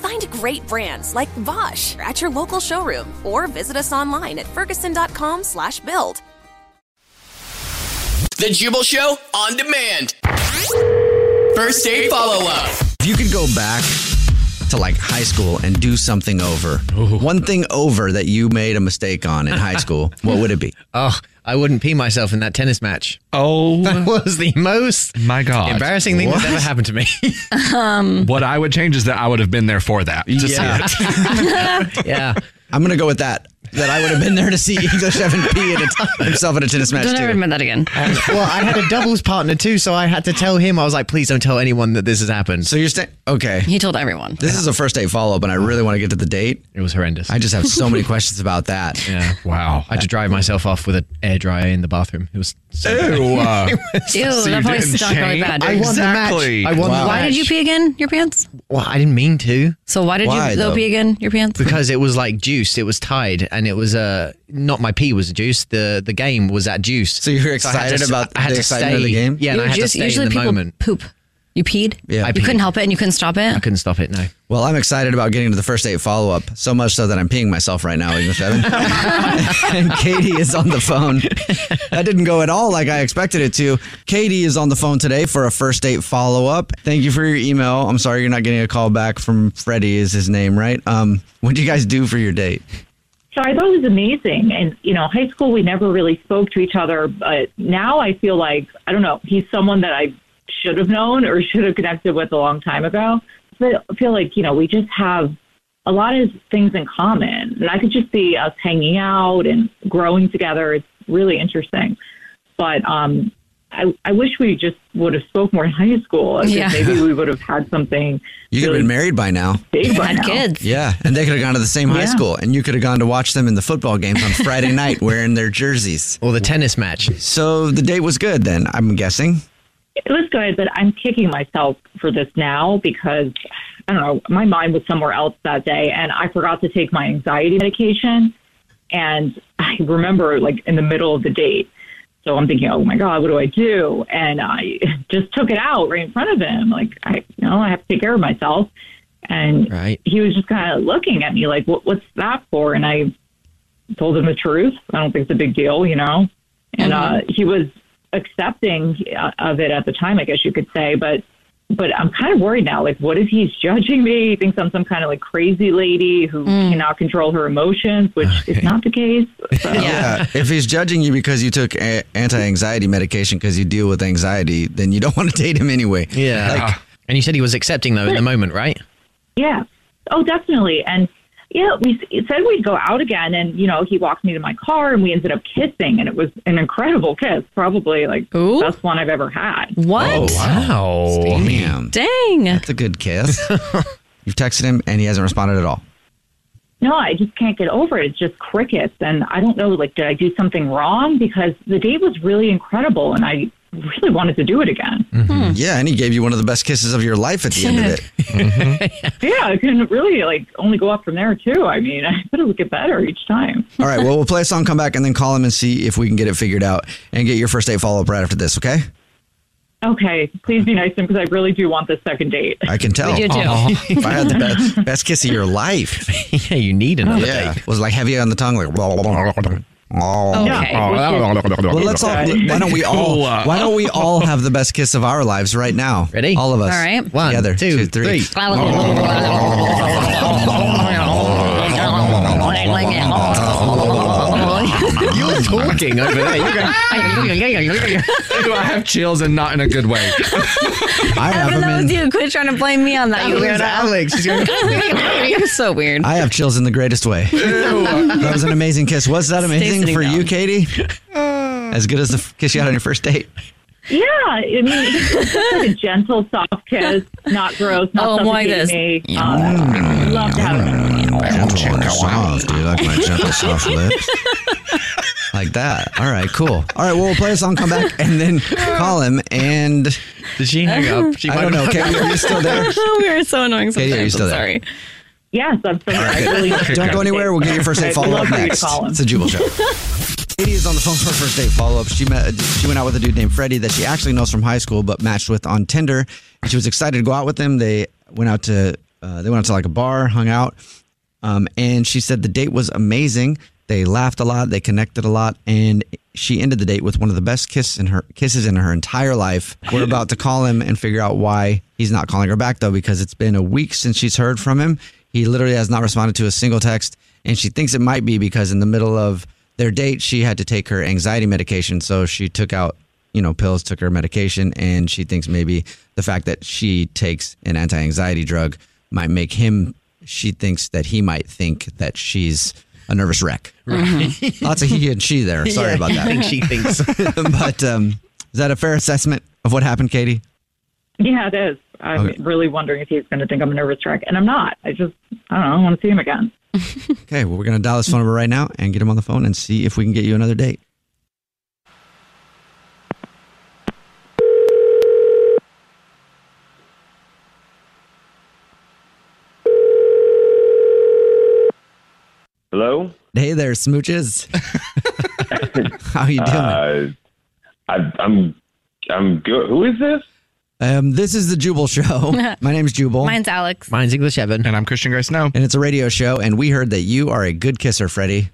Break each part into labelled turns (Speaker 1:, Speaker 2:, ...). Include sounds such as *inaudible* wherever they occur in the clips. Speaker 1: Find great brands like Bosch at your local showroom or visit us online at ferguson.com slash build.
Speaker 2: The Jubal Show on demand. First date follow up.
Speaker 3: If you could go back to like high school and do something over, one thing over that you made a mistake on in high school, what would it be?
Speaker 4: Oh, I wouldn't pee myself in that tennis match. *laughs* That
Speaker 5: Oh
Speaker 4: was the most
Speaker 5: my god!
Speaker 4: embarrassing thing that's ever happened to
Speaker 5: *laughs*
Speaker 4: me.
Speaker 5: What I would change is that I would have been there for that. To
Speaker 4: Yeah.
Speaker 5: See it.
Speaker 4: yeah.
Speaker 3: I'm going to go with that. That I would have been there to see English Evan P and himself in a tennis match
Speaker 6: Don't ever
Speaker 5: *laughs*
Speaker 3: too.
Speaker 6: admit that again.
Speaker 4: well, I had a doubles partner too, so I had to tell him. I was like, please don't tell anyone that this has happened. Oh.
Speaker 3: So you're saying okay.
Speaker 6: He told everyone.
Speaker 3: This is a first date follow up, and I really want to get to the date.
Speaker 4: it was horrendous.
Speaker 3: I just have
Speaker 4: *laughs*
Speaker 3: so many questions about that.
Speaker 4: yeah.
Speaker 5: *laughs* wow.
Speaker 4: I had to dry myself off with an air dryer in the bathroom. It was so bad.
Speaker 5: Ew. uh,
Speaker 6: Ew,
Speaker 5: so you
Speaker 6: that probably
Speaker 5: didn't
Speaker 6: stunk really
Speaker 5: change?
Speaker 6: bad.
Speaker 4: I won
Speaker 5: Exactly.
Speaker 4: the match. I won
Speaker 3: Wow.
Speaker 4: the
Speaker 6: Why did you
Speaker 4: match.
Speaker 6: pee again? Your pants?
Speaker 4: Well, I didn't mean to
Speaker 6: So why did
Speaker 3: Why,
Speaker 6: you though,
Speaker 3: though?
Speaker 6: pee again? Your pants?
Speaker 4: because it was like juice. It was tied, and it was uh not my pee was juice. The the game was at juice.
Speaker 3: So you were
Speaker 4: I had
Speaker 3: excited
Speaker 4: to-
Speaker 3: about
Speaker 4: I had
Speaker 3: the
Speaker 4: to
Speaker 3: excitement of the
Speaker 4: stay-
Speaker 3: game?
Speaker 4: Yeah, and
Speaker 6: You
Speaker 4: I had to
Speaker 6: just-
Speaker 4: stay
Speaker 6: usually
Speaker 4: in the
Speaker 6: people
Speaker 4: moment.
Speaker 6: poop. You peed?
Speaker 3: Yeah. I
Speaker 6: You couldn't
Speaker 4: peed.
Speaker 6: help it and you couldn't stop
Speaker 4: I
Speaker 6: it?
Speaker 4: couldn't stop it. No.
Speaker 3: Well, I'm excited about getting to the first date follow up, so much so that I'm peeing myself right now, English Evan.
Speaker 7: *laughs*
Speaker 3: *laughs* and Katie is on the phone. That didn't go at all like I expected it to. Katie is on the phone today for a first date follow up. Thank you for your email. I'm sorry you're not getting a call back from Freddie, is his name, right? Um, what did you guys do for your date?
Speaker 7: So I thought it was amazing. And, you know, high school, we never really spoke to each other. But now I feel like, I don't know, he's someone that I should have known or should have connected with a long time ago. But I feel like, you know, we just have a lot of things in common. And I could just see us hanging out and growing together. It's really interesting. But um, I, I wish we just would have spoke more in high school. I think
Speaker 6: Yeah.
Speaker 7: Maybe we would have had something.
Speaker 3: You could have
Speaker 7: really
Speaker 3: been married by now.
Speaker 7: big
Speaker 6: *laughs*
Speaker 7: by
Speaker 6: Had
Speaker 7: now.
Speaker 6: kids.
Speaker 3: Yeah, and they could have gone to the same high
Speaker 7: Yeah.
Speaker 3: school, and you could have gone to watch them in the football games on Friday night wearing their jerseys.
Speaker 4: Or the tennis match.
Speaker 3: So the date was good then, I'm guessing.
Speaker 7: it was good, but I'm kicking myself for this now because I don't know, my mind was somewhere else that day and I forgot to take my anxiety medication and I remember like in the middle of the date. So I'm thinking, oh my God, what do I do? And I *laughs* just took it out right in front of him. Like, I, you know, I have to take care of myself. And
Speaker 4: Right.
Speaker 7: he was just kind of looking at me like, what, what's that for? And I told him the truth. I don't think it's a big deal, you know? And uh, he was accepting uh, of it at the time, I guess you could say. But, but I'm kind of worried now. Like, what if he's judging me? He thinks I'm some kind of like crazy lady who cannot control her emotions, which is not the case. So.
Speaker 3: Yeah. If he's judging you because you took a- anti-anxiety medication because you deal with anxiety, then you don't *laughs* want to date him anyway.
Speaker 4: Yeah. Ah. and you said he was accepting though in the moment, right?
Speaker 7: Yeah. Oh, definitely. And yeah, we s- said we'd go out again, and you know, he walked me to my car, and we ended up kissing, and it was an incredible kiss, probably like
Speaker 6: Ooh.
Speaker 7: best one I've ever had.
Speaker 6: What?
Speaker 4: Oh, Wow.
Speaker 3: Damn.
Speaker 6: Dang.
Speaker 3: That's a good kiss. You've texted him and he hasn't responded at all.
Speaker 7: No, I just can't get over it. It's just crickets, and I don't know. Like, did I do something wrong? Because the date was really incredible, and I really wanted to do it again.
Speaker 3: Mm. Yeah, and he gave you one of the best kisses of your life at the end of it.
Speaker 7: Yeah, it can really like only go up from there too. I mean, *laughs* I thought it would get better each time.
Speaker 3: All right, well, we'll play a song, come back, and then call him and see if we can get it figured out and get your first date follow up right after this, okay?
Speaker 7: Okay, please be nice to him because I really do want this second date.
Speaker 3: I can
Speaker 4: Oh.
Speaker 3: tell.
Speaker 7: We do too. Aw.
Speaker 3: if I had the best, best kiss of your
Speaker 8: *laughs*
Speaker 3: life.
Speaker 4: *laughs*
Speaker 3: yeah, you need
Speaker 7: another
Speaker 3: date. Was like heavy on the tongue, like. Oh,
Speaker 5: Okay.
Speaker 3: Well,
Speaker 5: *laughs*
Speaker 3: let's all. Why don't we all?
Speaker 5: Cool, uh,
Speaker 3: Why don't we all have the best kiss of our lives right now? Ready? All of us.
Speaker 6: All right.
Speaker 3: One, Together, two, three.
Speaker 4: You're talking over there. You're going.
Speaker 5: Do I have chills and not in a good
Speaker 8: *laughs*
Speaker 5: way?
Speaker 3: I
Speaker 6: Evan, that was you. Quit trying to blame me on that, you weirdo.
Speaker 4: Alex.
Speaker 6: *laughs* You're so weird.
Speaker 3: I have chills in the greatest way. that was an amazing kiss. Was that
Speaker 6: Stay
Speaker 3: amazing
Speaker 6: sitting
Speaker 3: for you,
Speaker 6: down.
Speaker 3: Katie? As good as the f- kiss you had on your first date.
Speaker 7: Yeah, I mean, it's just like a gentle, soft kiss, not gross,
Speaker 6: Oh,
Speaker 7: not
Speaker 6: why this?
Speaker 7: suffocating me. Um, I'd love to have it.
Speaker 3: Gentle and soft, dude. Like my gentle, soft lips. Like that. All right, cool. All right, well, we'll play a song, come back, and then call him. And
Speaker 4: Did she hang up? She
Speaker 3: I
Speaker 4: might
Speaker 3: don't know.
Speaker 4: have-
Speaker 3: Katie, are you
Speaker 4: *laughs*
Speaker 3: still there?
Speaker 6: *laughs* we are so annoying
Speaker 3: Katie,
Speaker 6: sometimes.
Speaker 3: are you still
Speaker 6: I'm
Speaker 3: there?
Speaker 6: sorry.
Speaker 7: Yes, I'm so I really
Speaker 3: Don't go anywhere. We'll get your first date
Speaker 7: I'd
Speaker 3: follow up
Speaker 7: love for you to
Speaker 3: next.
Speaker 7: call him.
Speaker 3: It's a Jubal show. Katie is on the phone for her first date follow up. She met, she went out with a dude named Freddie that she actually knows from high school, but matched with on Tinder. And she was excited to go out with him. They went out to uh, they went out to like a bar, hung out, um, and she said the date was amazing. They laughed a lot, they connected a lot, and she ended the date with one of the best kiss in her kisses in her entire life. We're about to call him and figure out why he's not calling her back though, because it's been a week since she's heard from him. He literally has not responded to a single text, and she thinks it might be because in the middle of their date, she had to take her anxiety medication, so she took out you know pills, took her medication, and she thinks maybe the fact that she takes an anti-anxiety drug might make him she thinks that he might think that she's a nervous wreck.
Speaker 8: *laughs*
Speaker 3: Lots of he and she there. Sorry
Speaker 4: Yeah,
Speaker 3: about
Speaker 4: you
Speaker 3: that. *laughs*
Speaker 4: think she thinks.
Speaker 3: but um, is that a fair assessment of what happened, Katie?
Speaker 7: Yeah, it is. I'm
Speaker 3: Okay.
Speaker 7: really wondering if he's going to think I'm a nervous wreck, and I'm not. I just, I don't know, I want to see him again.
Speaker 3: Okay, well, we're going to dial his phone number right now and get him on the phone and see if we can get you another date.
Speaker 8: Hello.
Speaker 3: Hey there,
Speaker 8: *laughs*
Speaker 3: smooches. How you doing?
Speaker 8: Uh, I, I'm I'm good. Who is this?
Speaker 3: Um, this is the Jubal Show. My name's Jubal.
Speaker 6: Mine's Alex.
Speaker 4: Mine's English Evan.
Speaker 5: And I'm Christian Grace Snow.
Speaker 3: and it's a radio show, and we heard that you are a good kisser, Freddie.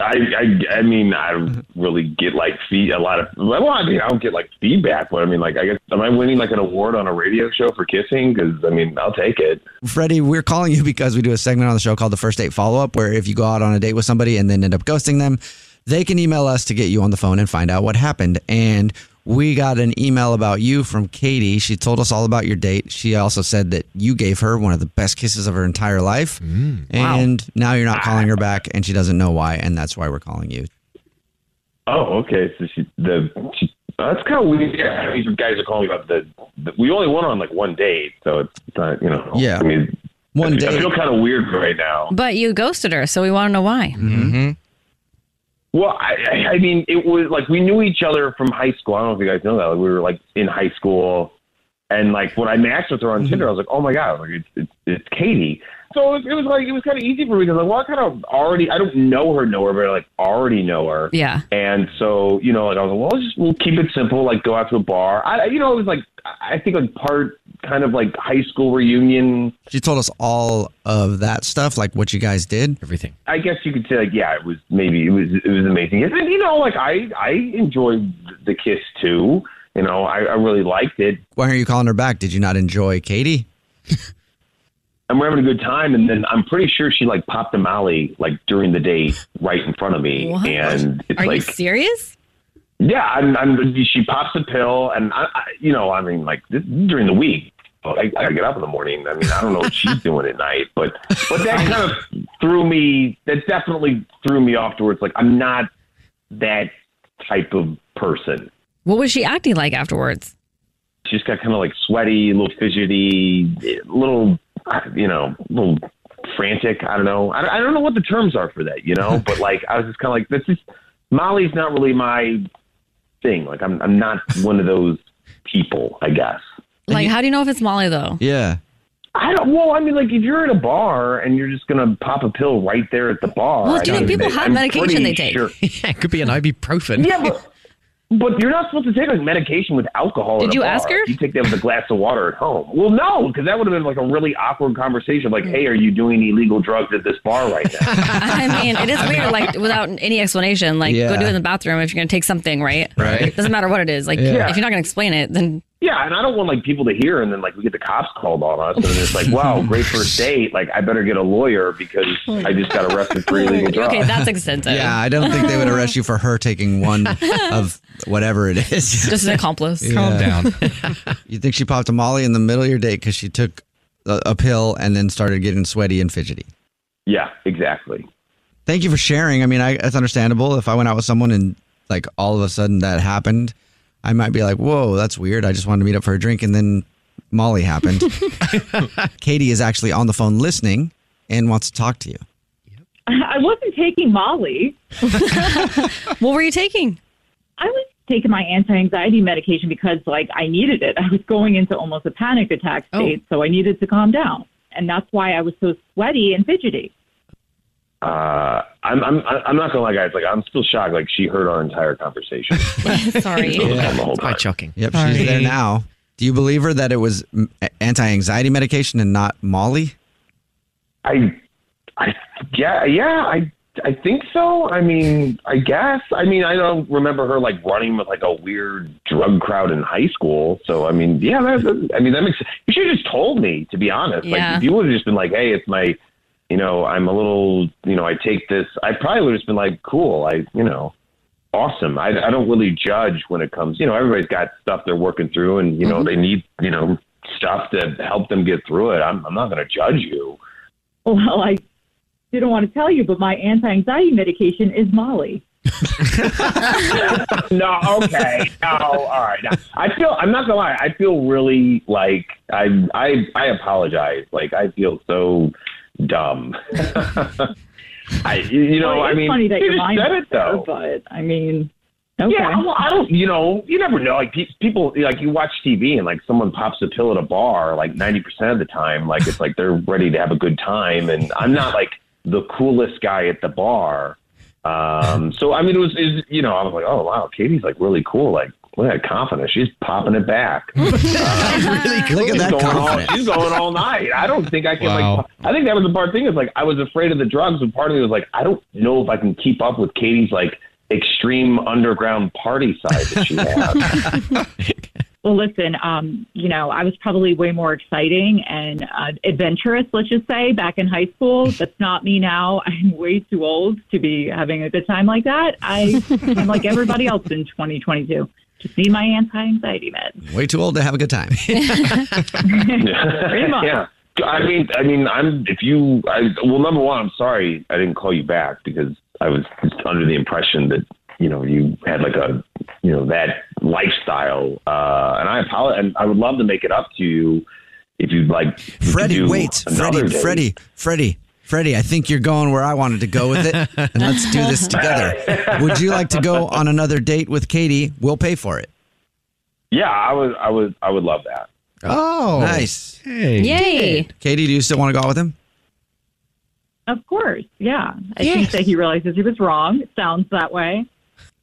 Speaker 8: I, I I mean I don't really get like feed a lot of well I mean I don't get like feedback but I mean like I guess am I winning like an award on a radio show for kissing because I mean I'll take it
Speaker 3: Freddie, we're calling you *laughs* because we do a segment on the show called the First Date Follow Up, where if you go out on a date with somebody and then end up ghosting them, they can email us to get you on the phone and find out what happened. And we got an email about you from Katie. She told us all about your date. She also said that you gave her one of the best kisses of her entire life. and now you're not calling her back, and she doesn't know why. And that's why we're calling you.
Speaker 8: oh okay so she the she, that's kind of weird yeah I mean, you guys are calling me about the, the we only went on like one date so it's not you know
Speaker 3: Yeah.
Speaker 8: I mean
Speaker 3: One
Speaker 8: I feel- I
Speaker 3: date.
Speaker 8: feel kind of weird right now
Speaker 6: But you ghosted her, so we want to know why.
Speaker 8: Well, I, I I mean, it was like we knew each other from high school. I don't know if you guys know that. Like, we were like in high school, and like when I matched with her on Tinder, I was like, "Oh my god, like it's it's, it's Katie." So it was, it was like it was kind of easy for me because like, well, I kind of already I don't know her, know her, but I like already know her.
Speaker 6: Yeah.
Speaker 8: And so, you know, like I was like, well, let's just we'll keep it simple, like go out to a bar. I, I- you know, it was like I think like part kind of like high school reunion.
Speaker 3: She told us all of that stuff, like what you guys did.
Speaker 4: Everything.
Speaker 8: I guess you could say like, yeah, it was maybe it was it was amazing. And you know, like I I enjoyed the kiss too. You know, I, I really liked it.
Speaker 3: Why aren't you calling her back? Did you not enjoy Katie?
Speaker 8: And we're having a good time, and then I'm pretty sure she like popped a molly like during the date right in front of me,
Speaker 6: What?
Speaker 8: and it's
Speaker 6: Are you
Speaker 8: like,
Speaker 6: serious?
Speaker 8: yeah, I'm, I'm she pops a pill, and I, I you know, I mean, like this, during the week, I, I get up in the morning. I mean, I don't know what she's doing at night, but but that kind of threw me. That definitely threw me off towards like I'm not that type of person.
Speaker 6: What was she acting like afterwards?
Speaker 8: She just got kind of like sweaty, a little fidgety, a little, you know, a little frantic. I don't know. I don't, I don't know what the terms are for that, you know. But like, I was just kind of like, this is Molly's not really my thing. Like I'm I'm not one of those people, I guess.
Speaker 6: Like, how do you know if it's Molly though?
Speaker 3: Yeah.
Speaker 8: I don't. Well, I mean, like if you're at a bar and you're just gonna pop a pill right there at the bar.
Speaker 6: Well,
Speaker 8: I
Speaker 6: do you think
Speaker 8: gotta
Speaker 6: people
Speaker 8: admit,
Speaker 6: have
Speaker 8: I'm
Speaker 6: medication
Speaker 8: pretty
Speaker 6: they take?
Speaker 8: sure-
Speaker 4: yeah, *laughs* it could be an ibuprofen.
Speaker 8: Yeah, but but you're not supposed to take like medication with alcohol.
Speaker 6: Did
Speaker 8: at a
Speaker 6: you
Speaker 8: bar.
Speaker 6: ask her?
Speaker 8: You take that with a glass of water at home. Well, no, because that would have been like a really awkward conversation. Like, hey, are you doing illegal drugs at this bar right
Speaker 6: *laughs*
Speaker 8: now?
Speaker 6: I mean, it is weird, like without any explanation. Like,
Speaker 8: Yeah.
Speaker 6: go do it in the bathroom if you're going to take something, right?
Speaker 8: Right.
Speaker 6: Doesn't matter what it is. Like,
Speaker 8: Yeah.
Speaker 6: if you're not going to explain it, then
Speaker 8: Yeah, and I don't want like people to hear, and then like we get the cops called on us, and it's like, wow, great first date. Like, I better get a lawyer because I just got arrested for illegal drugs.
Speaker 6: okay, that's extensive.
Speaker 3: Yeah, I don't think they would arrest you for her taking one of whatever it is.
Speaker 6: Just an accomplice.
Speaker 5: Calm *laughs* down.
Speaker 3: you think she popped a Molly in the middle of your date because she took a, a pill and then started getting sweaty and fidgety?
Speaker 8: Yeah, exactly.
Speaker 3: Thank you for sharing. I mean, I, that's understandable. If I went out with someone and like all of a sudden that happened, I might be like, "Whoa, that's weird." I just wanted to meet up for a drink, and then Molly happened. Katie is actually on the phone listening and wants to talk to you.
Speaker 7: I wasn't taking Molly.
Speaker 6: *laughs* what were you taking?
Speaker 7: I was taking my anti-anxiety medication because, like, I needed it. I was going into almost a panic attack
Speaker 6: Oh.
Speaker 7: state, so I needed to calm down, and that's why I was so sweaty and fidgety.
Speaker 8: Uh, I'm I'm I'm not gonna lie, guys. Like, I'm still shocked. Like, she heard our entire conversation.
Speaker 6: *laughs* Sorry.
Speaker 8: *laughs*
Speaker 4: Quite shocking.
Speaker 3: Yep, she's there now. Do you believe her that it was m- anti-anxiety medication and not
Speaker 8: *laughs*
Speaker 3: Molly?
Speaker 8: I, I, yeah, yeah, I, I think so. I mean, I guess. I mean, I don't remember her like running with like a weird drug crowd in high school. So I mean, yeah, that, that- I mean that makes. You should have just told me to be honest.
Speaker 9: Yeah.
Speaker 8: Like, if you would have just been like, hey, it's my, you know, I'm a little, you know, I take this. I probably would have just been like, cool. I, you know. Awesome. I, I don't really judge when it comes. You know, everybody's got stuff they're working through, and you
Speaker 4: Mm-hmm.
Speaker 8: know they need you know stuff to help them get through it. I'm, I'm not going to judge you.
Speaker 7: Well, I didn't want to tell you, but my anti-anxiety medication is Molly.
Speaker 8: no, okay. *laughs* No, all right. No. I feel I'm not gonna lie, I feel really like I I I apologize. Like I feel so dumb. *laughs* I you know,
Speaker 7: Well,
Speaker 8: I
Speaker 7: it's
Speaker 8: mean
Speaker 7: funny that
Speaker 8: you
Speaker 7: your
Speaker 8: just
Speaker 7: mind
Speaker 8: said it
Speaker 7: was there,
Speaker 8: though.
Speaker 7: but I mean, okay.
Speaker 8: Yeah, well, I don't. You know, you never know. Like pe- people, like you watch TV and like someone pops a pill at a bar. Like ninety percent of the time, like it's like they're ready to have a good time, and I'm not like the coolest guy at the bar. Um, so I mean, it was, it was- you know, I was like, oh wow, Katie's like really cool. Like look at that confidence. She's popping it back.
Speaker 3: really cool. Look at
Speaker 8: She's
Speaker 3: that
Speaker 8: going all-
Speaker 3: confidence.
Speaker 8: she's going all night. I don't think I can.
Speaker 3: Wow.
Speaker 8: Like, I think that was the part thing is like I was afraid of the drugs, and part of me was like, I don't know if I can keep up with Katie's like extreme underground party side that she has.
Speaker 7: Well, listen, um, you know, I was probably way more exciting and uh, adventurous, let's just say, back in high school. That's not me now. *laughs* I'm way too old to be having a good time like that. I am like everybody else in 2022. Just need my anti-anxiety meds.
Speaker 3: Way too old to have a good
Speaker 8: *laughs*
Speaker 3: time.
Speaker 7: *laughs* much.
Speaker 8: yeah. I mean, I mean, I'm. If you, I, well, number one, I'm sorry I didn't call you back because I was just under the impression that you know you had like a, you know, that lifestyle. Uh, and I apologize. And I would love to make it up to you if you'd like.
Speaker 3: Freddie,
Speaker 8: do
Speaker 3: wait, Freddie,
Speaker 8: another date.
Speaker 3: Freddie, Freddie, Freddie. I think you're going where I wanted to go with it, and let's do this together. Would you like to go on another date with Katie? We'll pay for it.
Speaker 8: Yeah, I would. I would. I would love that.
Speaker 3: Oh, nice.
Speaker 5: Hey.
Speaker 6: Yay.
Speaker 3: Katie, do you still want to go out with him?
Speaker 7: Of course, yeah. I think that he realizes he was wrong. It sounds that way.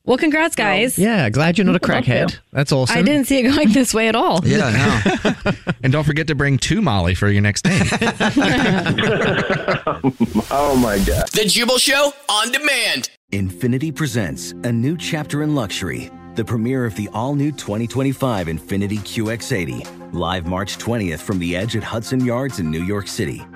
Speaker 6: Well, congrats, guys.
Speaker 4: Yeah, glad you're not a
Speaker 6: *laughs* Love
Speaker 4: crackhead.
Speaker 6: you.
Speaker 4: That's awesome.
Speaker 6: I didn't see it going this way at all.
Speaker 3: Yeah,
Speaker 5: and don't forget to bring two Molly for your next date.
Speaker 8: oh my god.
Speaker 2: The Jubal Show on demand.
Speaker 10: Infinity presents a new chapter in luxury, the premiere of the all new 2025 Infinity QX80, live March 20th from the edge at Hudson Yards in New York City,